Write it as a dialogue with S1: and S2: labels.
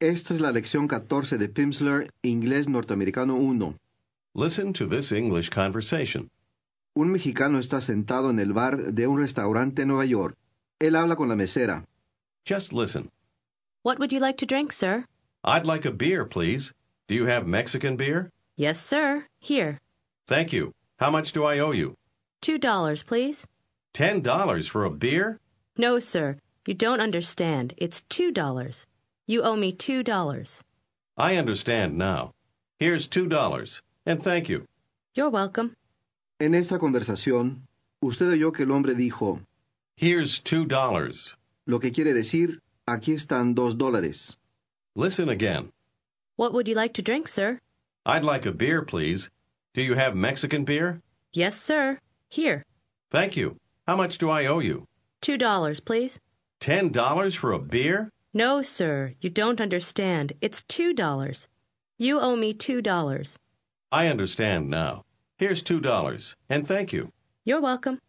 S1: Esta es la lección 14 de Pimsleur, Inglés Norteamericano 1.
S2: Listen to this English conversation.
S1: Un mexicano está sentado en el bar de un restaurante en Nueva York. Él habla con la mesera.
S2: Just listen.
S3: What would you like to drink, sir?
S2: I'd like a beer, please. Do you have Mexican beer?
S3: Yes, sir. Here.
S2: Thank you. How much do I owe you?
S3: Two dollars, please.
S2: Ten dollars for a beer?
S3: No, sir. You don't understand. It's two dollars. You owe me two dollars.
S2: I understand now. Here's two dollars, and thank you.
S3: You're welcome.
S1: En esta conversación, usted oyó que el hombre dijo,
S2: Here's two dollars.
S1: lo que quiere decir, aquí están dos dólares.
S2: Listen again.
S3: What would you like to drink, sir?
S2: I'd like a beer, please. Do you have Mexican beer?
S3: Yes, sir. Here.
S2: Thank you. How much do I owe you?
S3: Two dollars, please.
S2: Ten dollars for a beer?
S3: No, sir. You don't understand. It's two dollars. You owe me two dollars.
S2: I understand now. Here's two dollars, and thank you.
S3: You're welcome.